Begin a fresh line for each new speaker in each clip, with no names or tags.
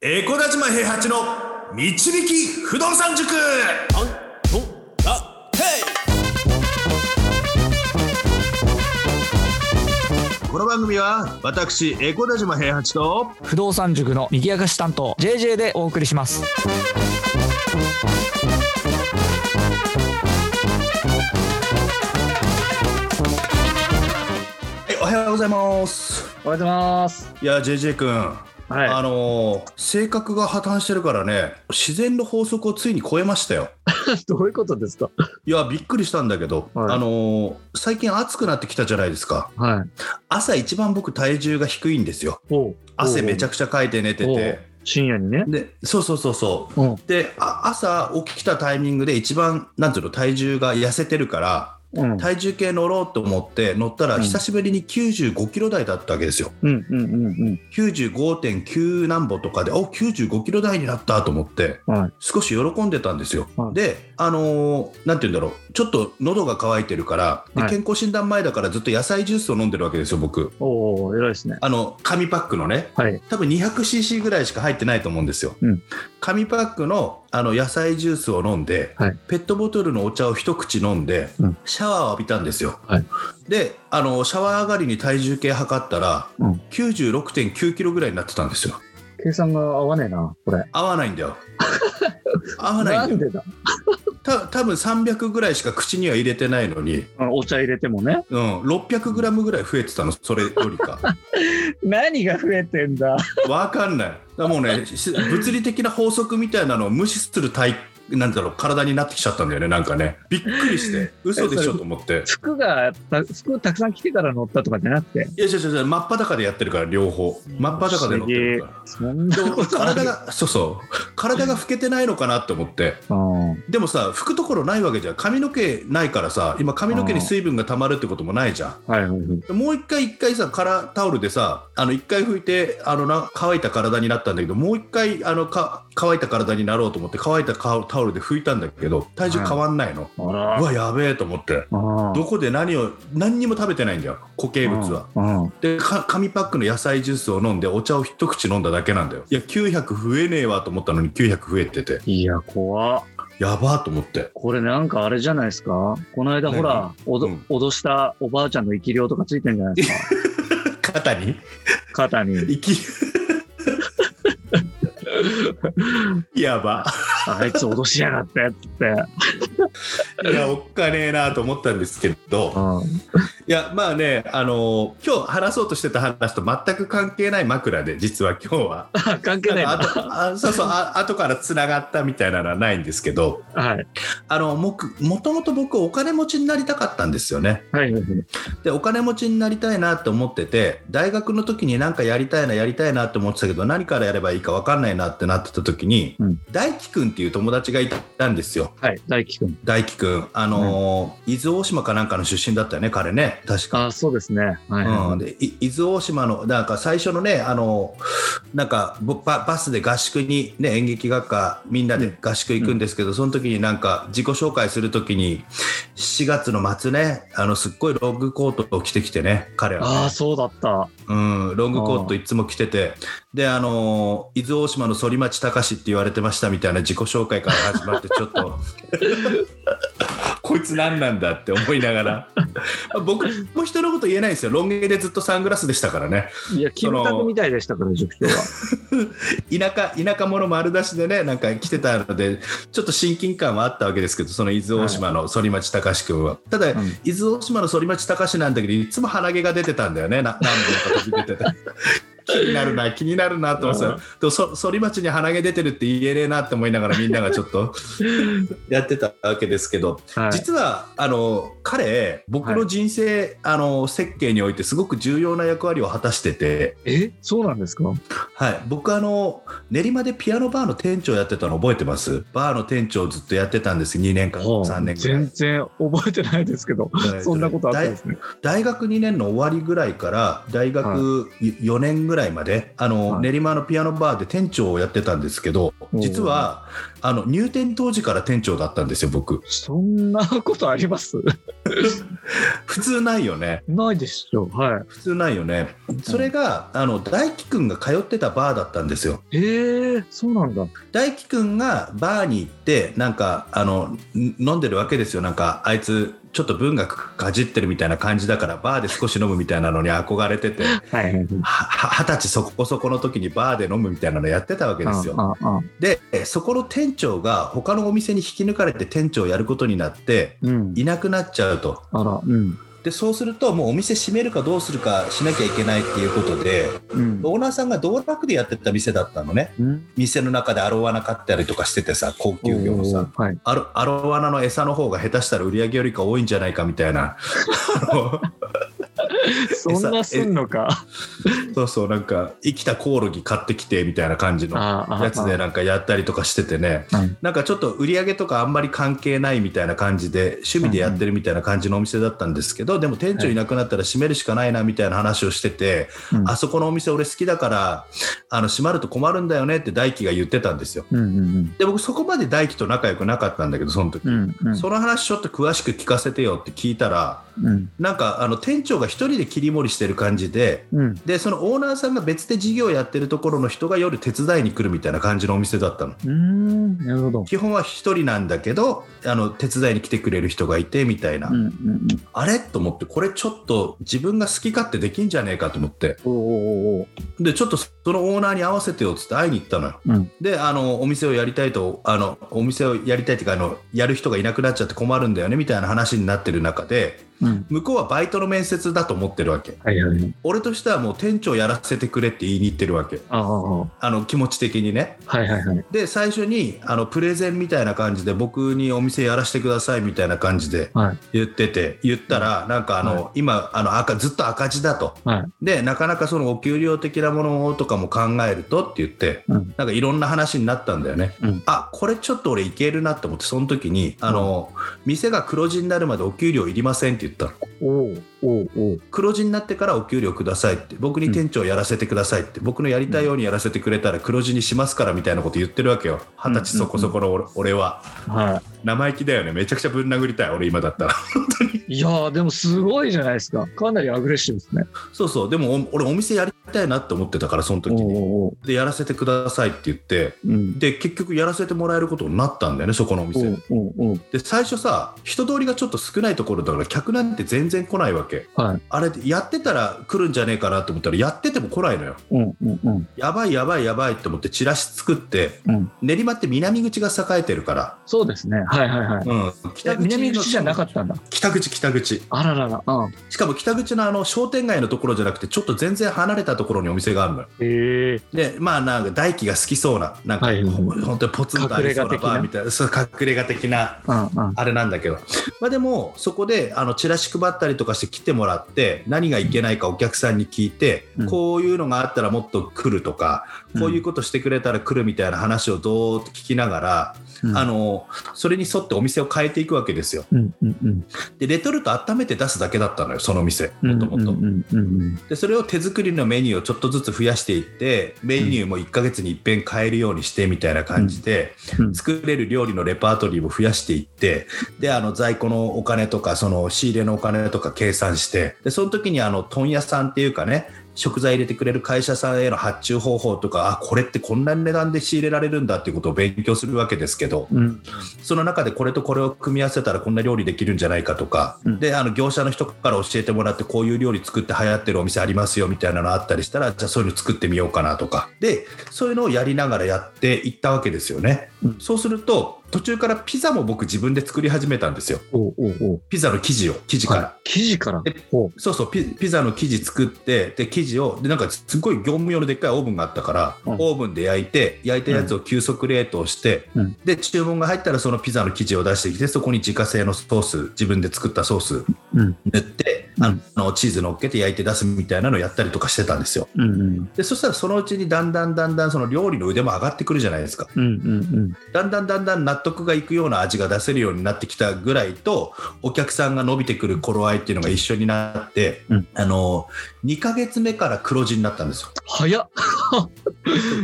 エコダ島平八の導き不動産塾
アントンラヘ
この番組は私エコダ島平八と
不動産塾の右明かし担当 JJ でお送りします
はいおはようございます
おはようございます
いや JJ 君、
はい
あのー性格が破綻してるからね自然の法則をついに超えましたよ
どういうことですか
いやびっくりしたんだけど、
はい
あのー最近暑くなってきたじゃないですか
はい
朝一番僕体重が低いんですよ
おう
汗めちゃ
く
くちゃかいて寝て
お
て
う深夜にね
でそうそうそうそう
うん
であ朝起きたタイミングで一番なんていうの体重が痩せてるから
うん
体重計乗ろうと思って乗ったら
うん
久しぶりに95キロ台だったわけですよ
うんうんうん
95.9何歩とかでお95キロ台になったと思って、
はい
少し喜んでたんですよ、
はい
であのーなんて言うんだろうちょっと喉が渇いてるからで
はい
健康診断前だからずっと野菜ジュースを飲んでるわけですよ僕
おお偉いですね
あの紙パックのね
はい
多分 200cc ぐらいしか入ってないと思うんですよ、
うん
紙パックのあの野菜ジュースを飲んで、
はい
ペットボトルのお茶を一口飲んで、
うん
シャワーを浴びたんですよ、
はい
であのシャワー上がりに体重計測ったら、
うん
96.9キロぐらいになってたんですよ
計算が合わねえなこれ
合わないん だよ合わないんだよ
でだ
た多分300ぐらいしか口には入れてないのに、
うんお茶入れてもね
うん、600g ぐらい増えてたのそれよりか
何が増えてんだ
わかんないだからもうねし物理的な法則みたいなのを無視する体なんだろう体になってきちゃったんだよねなんかねびっくりして嘘でしょと思って
服がた服たくさん着てから乗ったとかじゃなくて
いや違う違う違う真っ裸でやってるから両方真っ裸で乗ってるから
そん
で
なこ
も
とあ
体
る
がそうそう体が老けてないのかなって思って
うん
でもさ拭くところないわけじゃん髪の毛ないからさ今髪の毛に水分が溜まるってこともないじゃん
はいはいはい
もう一回一回さカラータオルでさあの一回拭いてあのな乾いた体になったんだけどもう一回あのか乾いた体になろうと思って乾いたかタオルで拭いたんだけど体重変わんないの、
あら
うわやべえと思って
あ
どこで何を何にも食べてないんだよ固形物は、
うんうん
でか紙パックの野菜ジュースを飲んでお茶を一口飲んだだけなんだよいや900増えねえわと思ったのに900増えてて
いや怖っ
やばーと思って
これなんかあれじゃないですかこの間ほら、おど
うん
脅したおばあちゃんの生き量とかついてんじゃないですか
肩に
肩に。
生き やば
あいつ脅しやがってっつって。
いやおっかねえなと思ったんですけ
う
ど
ん。
いやまあねあの今日話そうとしてた話と全く関係ない枕で実は今日は
関係ない
あ
な。
とあそうそうあ後からつながったみたいなのはないんですけど
はい。
あの僕もともと僕お金持ちになりたかったんですよね
はいはいはい。
でお金持ちになりたいなと思ってて大学の時に何かやりたいなやりたいなと思ってたけど何からやればいいか分かんないなってなってた時に、
うん
大輝くんっていう友達がいたんですよ
はい。大輝くん。
大輝くんあのー伊豆大島かなんかの出身だったよね彼ね確か。
あ、そうですね。はい。
うん、でい伊豆大島のなんか最初のねあのなんかぼババスで合宿に、ね、演劇学科みんなで合宿行くんですけど、その時になんか自己紹介する時に7月の末ねあのすっごいロングコートを着てきてね彼はね、
ああ、そうだった。
うん、ロングコートいつも着ててであのー伊豆大島の反町隆史って言われてましたみたいな自己紹介から始まってちょっと こいつ何なんだって思いながら僕も人のこと言えないんですよロン毛でずっとサングラスでしたからね
いや、金
その
箔みたいでしたから、塾長は。
田舎田舎者丸出しでねなんか来てたのでちょっと親近感はあったわけですけどその伊豆大島の反町隆史君は、ただ、
うん
伊豆大島の反町隆史なんだけどいつも鼻毛が出てたんだよねな何本か飛び出てて 気になるな気になるなと思ってた、
うん
でもそ反町に鼻毛出てるって言えねえなって思いながらみんながちょっと やってたわけですけど、
はい。
実はあの彼僕の人生、あの設計においてすごく重要な役割を果たしてて、
え、そうなんですか
はい、僕あの練馬でピアノバーの店長やってたの覚えてますバーの店長ずっとやってたんです2年間3年ぐらい
全然覚えてないですけど、
はい
そんなことあったんですね。
大学2年の終わりぐらいから大学4年ぐらいまであの、
はい
練馬のピアノバーで店長をやってたんですけど
おー
実はあの入店当時から店長だったんですよ僕
そんなことあります
普通ないよね
ないでしょ。は
普通ないよねそれが、あの大輝くんが通ってたバーだったんですよ
い。えへえ、そうなんだ。
大輝くんがバーに行ってなんかあのん飲んでるわけですよなんかあいつちょっと文学かじってるみたいな感じだからバーで少し飲むみたいなのに憧れてては
はいはい。
は二十歳そこそこの時にバーで飲むみたいなのやってたわけですよ
ああああ
でそこの店長が他のお店に引き抜かれて店長をやることになって
うん。
いなくなっちゃうと
あら、うん。
でそうするともうお店閉めるかどうするかしなきゃいけないっていうことで
うん。
オーナーさんが道楽でやってた店だったのね
うん。
店の中でアロワナ買ったりとかしててさ高級魚のさ
おーはい。
アロアロワナの餌の方が下手したら売り上げよりか多いんじゃないかみたいな あの
そんなすんのか。
そうそうなんか生きたコオロギ買ってきてみたいな感じの
ああああ
やつでなんかやったりとかしててね
うん
なんかちょっと売り上げとかあんまり関係ないみたいな感じで趣味でやってるみたいな感じのお店だったんですけどでも店長いなくなったら閉めるしかないなみたいな話をしてて
うん
あそこのお店俺好きだからあの閉まると困るんだよねって大輝が言ってたんですよ
うんうん
で僕そこまで大輝と仲良くなかったんだけどその時
うん。うんうん。
その話ちょっと詳しく聞かせてよって聞いたら
うん。
なんかあの店長が一人で切り盛りしてる感じで
うん。
でそのオーナーさんが別で事業やってるところの人が夜手伝いに来るみたいな感じのお店だったの
うん。なるほど。
基本は一人なんだけどあの手伝いに来てくれる人がいてみたいな、
うんうんうん。
あれと思ってこれちょっと自分が好き勝手できんじゃねえかと思って
おーおーおーお
でちょっとそのオーナーに会わせてよっつって会いに行ったのよ、
うん
であのお店をやりたいとあのお店をやりたいっていうかあのやる人がいなくなっちゃって困るんだよねみたいな話になってる中で
ーうん。
向こうはバイトの面接だと思ってるわけ
はいはいはい。
俺としてはもう店長やらせてくれって言いに行ってるわけ
ああ。
あの気持ち的にね
はいはいはい。
で最初にあのプレゼンみたいな感じで僕にお店やらせてくださいみたいな感じで
はい
言ってて言ったらなんかあの、今あの赤ずっと赤字だと
はい。
でなかなかそのお給料的なものとかも考えるとって言って、
うん
なんかいろんな話になったんだよね、
うん
あこれちょっと俺いけるなと思ってその時にあの、店が黒字になるまでお給料いりませんって言ったの
おーおーおー
黒字になってからお給料くださいって僕に店長やらせてくださいって、僕のやりたいようにやらせてくれたら黒字にしますからみたいなこと言ってるわけよ二十歳そこそこの俺,、俺は
は
生意気だよねめちゃくちゃぶん殴りたい俺今だったら
い。いやー、でもすごいじゃないですか。かなりアグレッシブですね。
そうそうでもお俺お店やりたいなって思ってたからその時に
おーおー
でやらせてくださいって言って
うん。
で結局やらせてもらえることになったんだよねそこのお
お
店
ーおーおー
で最初さ人通りがちょっと少ないところだから客なんて全然来ないわけ
はい。
あれやってたら来るんじゃねえかなと思ったらやってても来ないのよ
うんうんうん。
やばいやばいやばいと思ってチラシ作って、
うん
練馬って南口が栄えてるから、
そうですね。はいはいはい。
うん、
え南口じゃなか
っ
ったんだ。
た北口北口
あららら。うん。
しかも北口のあの商店街のところじゃなくてちょっと全然離れたところにお店があるのよ
へえ。
でまあなんか大輝が好きそうななんか、
はいはいはい
本当にポツンとありそうな
隠れ家的な
バーみたいなそう隠れ家的な
うんうん。
あれなんだけど、まあ、でもそこであのチラシ配ったりとかして来てもらって何がいけないかお客さんに聞いて、
うん
こういうのがあったらもっと来るとか、
うん
こういうことしてくれたら来るみたいな話をどーっと聞きながら、
うん
あのそれに沿ってお店を変えていくわけですよ
うんうんうん。
でレトルト温めて出すだけだったのよその店
う
も
ん
と
う
もと。
んうん
でそれを手作りのメニューをちょっとずつ増やしていってメニューも1ヶ月に一遍変えるようにしてみたいな感じで、
うん
作れる料理のレパートリーも増やしていってであの在庫のお金とかその仕入れのお金とか計算してでその時にあの問屋さんっていうかね食材入れてくれる会社さんへの発注方法とかあこれってこんな値段で仕入れられるんだっていうことを勉強するわけですけど、
うん。
その中でこれとこれを組み合わせたらこんな料理できるんじゃないかとか、
うん
であの業者の人から教えてもらってこういう料理作って流行ってるお店ありますよみたいなのあったりしたらじゃあそういうの作ってみようかなとかでそういうのをやりながらやっていったわけですよね、
うん
そうすると途中からピザも僕自分で作り始めたんですよ
おうおうおう。
ピザの生地を生地から。
はい。生地から
え。
ほ
そうそうピピザの生地作ってで生地をでなんかすっごい業務用のでっかいオーブンがあったから、
うん
オーブンで焼いて焼いたやつを急速冷凍して、
うん
で注文が入ったらそのピザの生地を出してきてそこに自家製のソース自分で作ったソース
う。うん
塗って、
うん
あのチーズ乗っけて焼いて出すみたいなのをやったりとかしてたんですよ
うんうん
でそしたらそのうちにだんだんだんだんその料理の腕も上がってくるじゃないですか
うんうん
だんだんだんだん納得がいくような味が出せるようになってきたぐらいとお客さんが伸びてくる頃合いっていうのが一緒になって、
うん
あの2ヶ月目から黒字になったんですよ
早っ。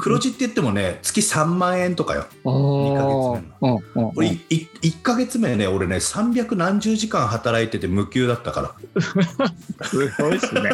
黒字って言ってもね月3万円とかよ
ああ。うん
二
うん
俺1ヶ月目ね俺ね300何十時間働いてて無給だったから
すごいっすね。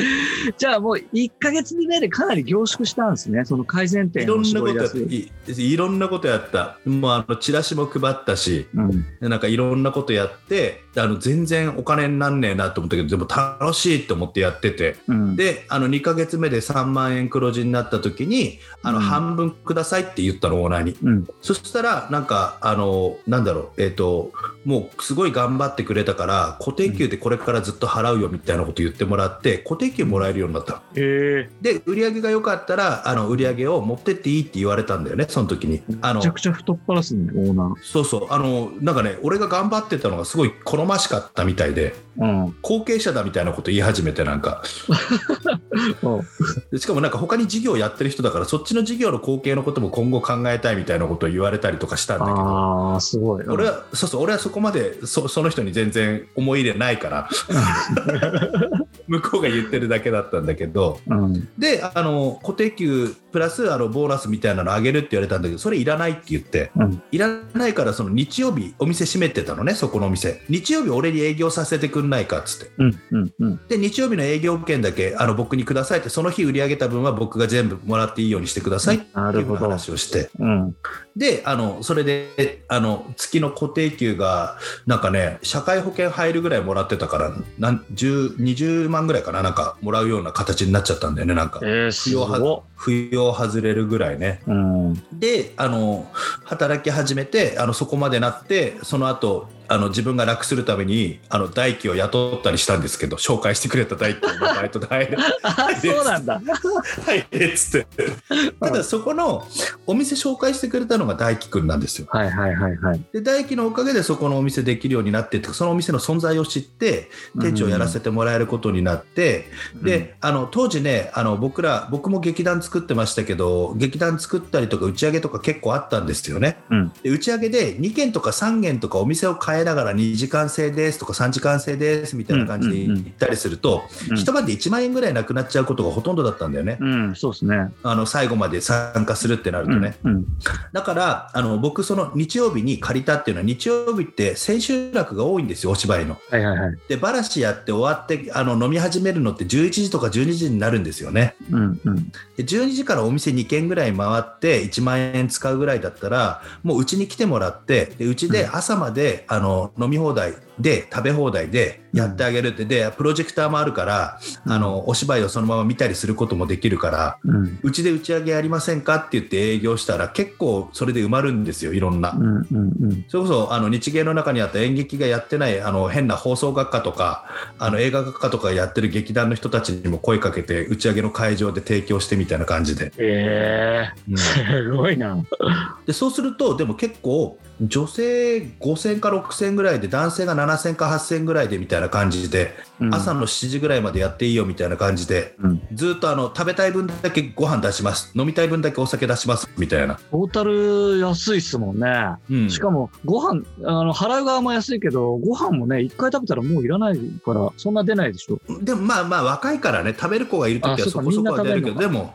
じゃあもう1ヶ月目でかなり凝縮したんですね。その改善
い
点
ろ
を
んな
絞
こ
り
とや
出
った
す。
いいろんなことやったもうあのチラシも配ったし
うん、
なんかいろんなことやってあの全然お金になんねえなと思ったけどでも楽しいと思ってやってて
うん、
であの2ヶ月目で3万円黒字になった時にあの
うん
半分くださいって言ったのオーナーに
うん、
そしたらなんかあのなんだろうえっ、ともうすごい頑張ってくれたから固定給でこれからずっと払うよみたいなこと言ってもらって固定給もらえるようになったの
え
で売り上げが良かったらあの売り上げを持ってっていいって言われたんだよねその時にあ
め
の
ちゃくちゃ太っ腹っすね、オーナ
そうそうあのなんかね俺が頑張ってたのがすごい好ましかったみたいで
ー。
後継者だみたいなこと言い始めてなんか
うん、
でしかもなんか他に事業やってる人だからそっちの事業の後継のことも今後考えたいみたいなことを言われたりとかしたんだけど
ああ、すごい。
俺はそうそう俺はそこまでそその人に全然思い入れないから 向こうが言ってるだけだったんだけど
うん、
であの固定給プラスあのボーナスみたいなの上げるって言われたんだけどそれいらないって言って、
うん
いらないからその日曜日お店閉めてたのねそこのお店日曜日俺に営業させてくんないかっつって
うん、うん、うん。
で日曜日の営業券だけあの僕にくださいってその日売り上げた分は僕が全部もらっていいようにしてくださいって
ないる
う
ほど。
話をして
うん、
であのそれであの月の固定給がなんかね社会保険入るぐらいもらってたからなん10 20万ぐらいかななんかもらうような形になっちゃったんだよねなんか
えー、すご
扶養外れるぐらいね
い。うん、
であの働き始めてあのそこまでなってその後あの自分が楽するためにあの大輝を雇ったりしたんですけど紹介してくれた大輝のバイトで入れ
ああ、 そうな んだ。
入れっつって ただそこのお店紹介してくれたのが大輝くんなんですよ
はいはいはいはい。
で大輝のおかげでそこのお店できるようになってってそのお店の存在を知って店長やらせてもらえることになって、で、あの当時ねあの僕ら僕も劇団作ってましたけど劇団作ったりとか打ち上げとか結構あったんですよね、
うん
で打ち上げで2軒とか3軒とかお店を変えながら2時間制ですとか3時間制ですみたいな感じで
うんうんう
行
ん
ったりすると、
うん
一晩で1万円ぐらいなくなっちゃうことがほとんどだったんだよね、
うん、うん、そうですね。
あの最後まで参加するってなるとね、
うん、
だからあの僕その日曜日に借りたっていうのは日曜日って千秋楽が多いんですよお芝居の
はいはいはい。
でバラシやって終わってあの飲み始めるのって11時とか12時になるんですよね
うん、うん。
で12時からお店2軒ぐらい回って1万円使うぐらいだったらもううちに来てもらってでうちで朝まで、あの飲み放題で食べ放題でやってあげるって、でプロジェクターもあるからあのお芝居をそのまま見たりすることもできるから
うん、
うちで打ち上げやりませんかって言って営業したら結構それで埋まるんですよいろんな。
うん、うん、
それこそあの日芸の中にあった演劇がやってないあの変な放送学科とかあの映画学科とかやってる劇団の人たちにも声かけて打ち上げの会場で提供してみたいな感じで,、
ええすごいな。
でそうするとでも結構女性5000か6000ぐらいで男性が7000か8000ぐらいでみたいな感じで、朝の7時ぐらいまでやっていいよみたいな感じで
うん、
ずっとあの食べたい分だけご飯出します飲みたい分だけお酒出しますみたいな、
トータル安いっすもんね。
うん
しかも、ご飯、あの、払う側も安いけど、ご飯もね、一回食べたらもういらないから、そんな出ないでしょ。
でもまあまあ若いからね食べる子がいる時
あ
は
そ
そう
か
こそこは
みん
出
な
る
食べ
けど
るのか
でも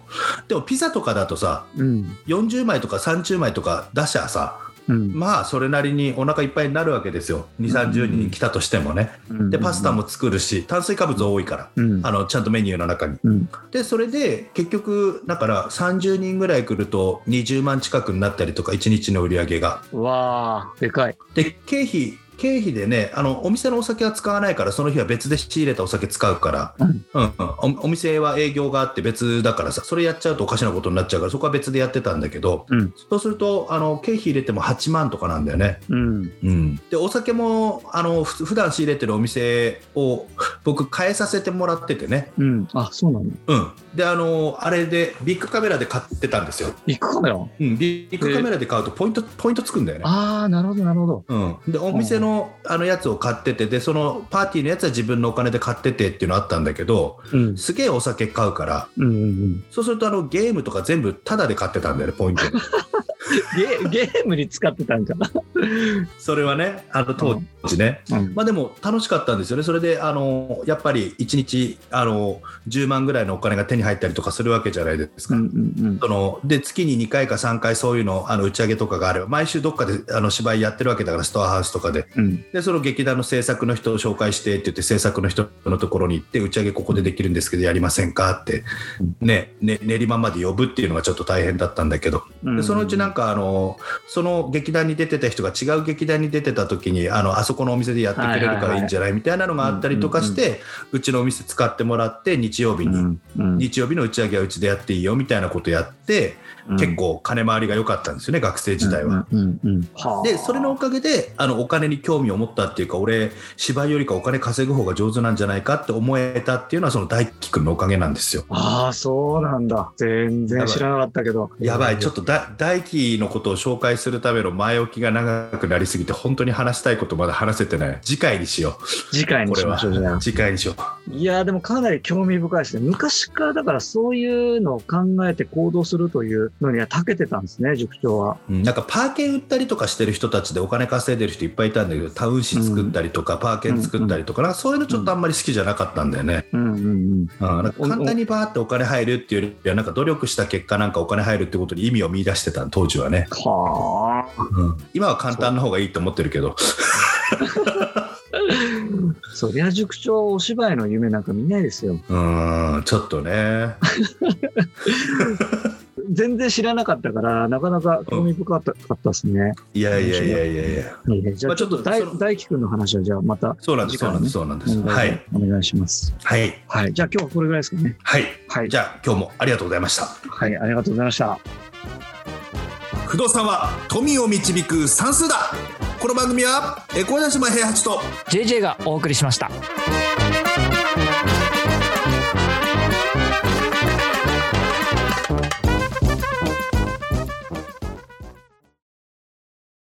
でもピザとかだとさ
うん、
40枚とか30枚とか出しゃさ
うん。
まあそれなりにお腹いっぱいになるわけですよ2 3 0人来たとしてもねでパスタ
も、
も作るし炭水化物多いから
うん
あ、のちゃんとメニューの中に
うん、
でそれで結局だから30人ぐらい来ると20万近くになったりとか1日の売り上げが
わあ、でかい。
で経費経費でねあのお店のお酒は使わないからその日は別で仕入れたお酒使うから、
うん
うんうんおお店は営業があって別だからさそれやっちゃうとおかしなことになっちゃうからそこは別でやってたんだけど、
うん
そうするとあの経費入れても8万とかなんだよね、
うん、
うん、でお酒もあのふ普段仕入れてるお店を 僕変えさせてもらっててね、
うん。あ、そうなの
うん、であのあれでビッグカメラで買ってたんですよ、
行くかもよ。
うん、ビッグカメラで買うとポイントポイントつくんだよね
ああ、なるほど、なるほど。
うん、でお店のあのやつを買っててでそのパーティーのやつは自分のお金で買っててっていうのあったんだけど
うん、
すげえお酒買うから
うん、うん。
そうするとあのゲームとか全部タダで買ってたんだよねポイントで
ゲゲームに使ってたんかな。
それはね、あの当時ね、
うん
まあでも楽しかったんですよね、それであのやっぱり1日あの10万ぐらいのお金が手に入ったりとかするわけじゃないです
う
か。
んうん
そので月に2回か3回そういうのあの打ち上げとかがあれば毎週どっかであの芝居やってるわけだからストアハウスとかで
うん。うん
でその劇団の制作の人を紹介してって言って制作の人のところに行って打ち上げここでできるんですけどやりませんかって、ねね、練馬まで呼ぶっていうのがちょっと大変だったんだけど
うん
でそのうちなんかあのその劇団に出てた人が違う劇団に出てた時にあのあそこのお店でやってくれるからいいんじゃないみたいなのがあったりとかして、うちのお店使ってもらって日曜日に、
うん
日曜日の打ち上げはうちでやっていいよみたいなことやって、結構金回りが良かったんですよね学生時代は。。
うんうんうんはあ
でそれのおかげであのお金に興味を持ったっていうか俺芝居よりかお金稼ぐ方が上手なんじゃないかって思えたっていうのはその大輝くんのおかげなんですよ。
ああ、そうなんだ。全然知らなかったけど。
やばい、ちょっ
と。
とだ大輝のことを紹介するための前置きが長くなりすぎて、本当に話したいことまだ話せてない。次回にしよ
次回
う。
に
これ
しま
は
しょうじゃあ。。
次回にしよ
いやーでもかなり興味深いですね。昔からだからそういうのを考えて行動するというのには長けてたんですね、塾長は。
う。うんなんかパーケン売ったりとかしてる人たちでお金稼いでる人いっぱいいたんだけど、タウン誌作ったりとか、パーケン作ったりとか、なんかそういうのちょっとあんまり好きじゃなかったんだよね。
うんうん
うんなんか簡単にバーってお金入るっていうよりは、なんか努力した結果なんかお金入るってことに意味を見出してたの当時はね。
はあ。
うん今は簡単な方がいいと思ってるけど。
そりゃ塾長お芝居の夢なんか見ないですよ。
うーん、ちょっとね。
全然知らなかったから、なかなか興味深かったかったですね。
いやいやいやいやいや。
いいねじゃ
ま
あ
あ
ち
ち
ょ
ょ
っ
っと
と大
その
大輝くんの話はじゃあまた
そうなんです、そうなんです、そうなんです。はい。
お願いします。
はい。
はい。じゃあ今日はこれぐらいですかね。
はい。
はい。
じゃあ、今日もありがとうございました。
はい。ありがとうございました。
不動産は富を導く算数だこの番組は、エコーナシマ平八と、
JJ がお送りしました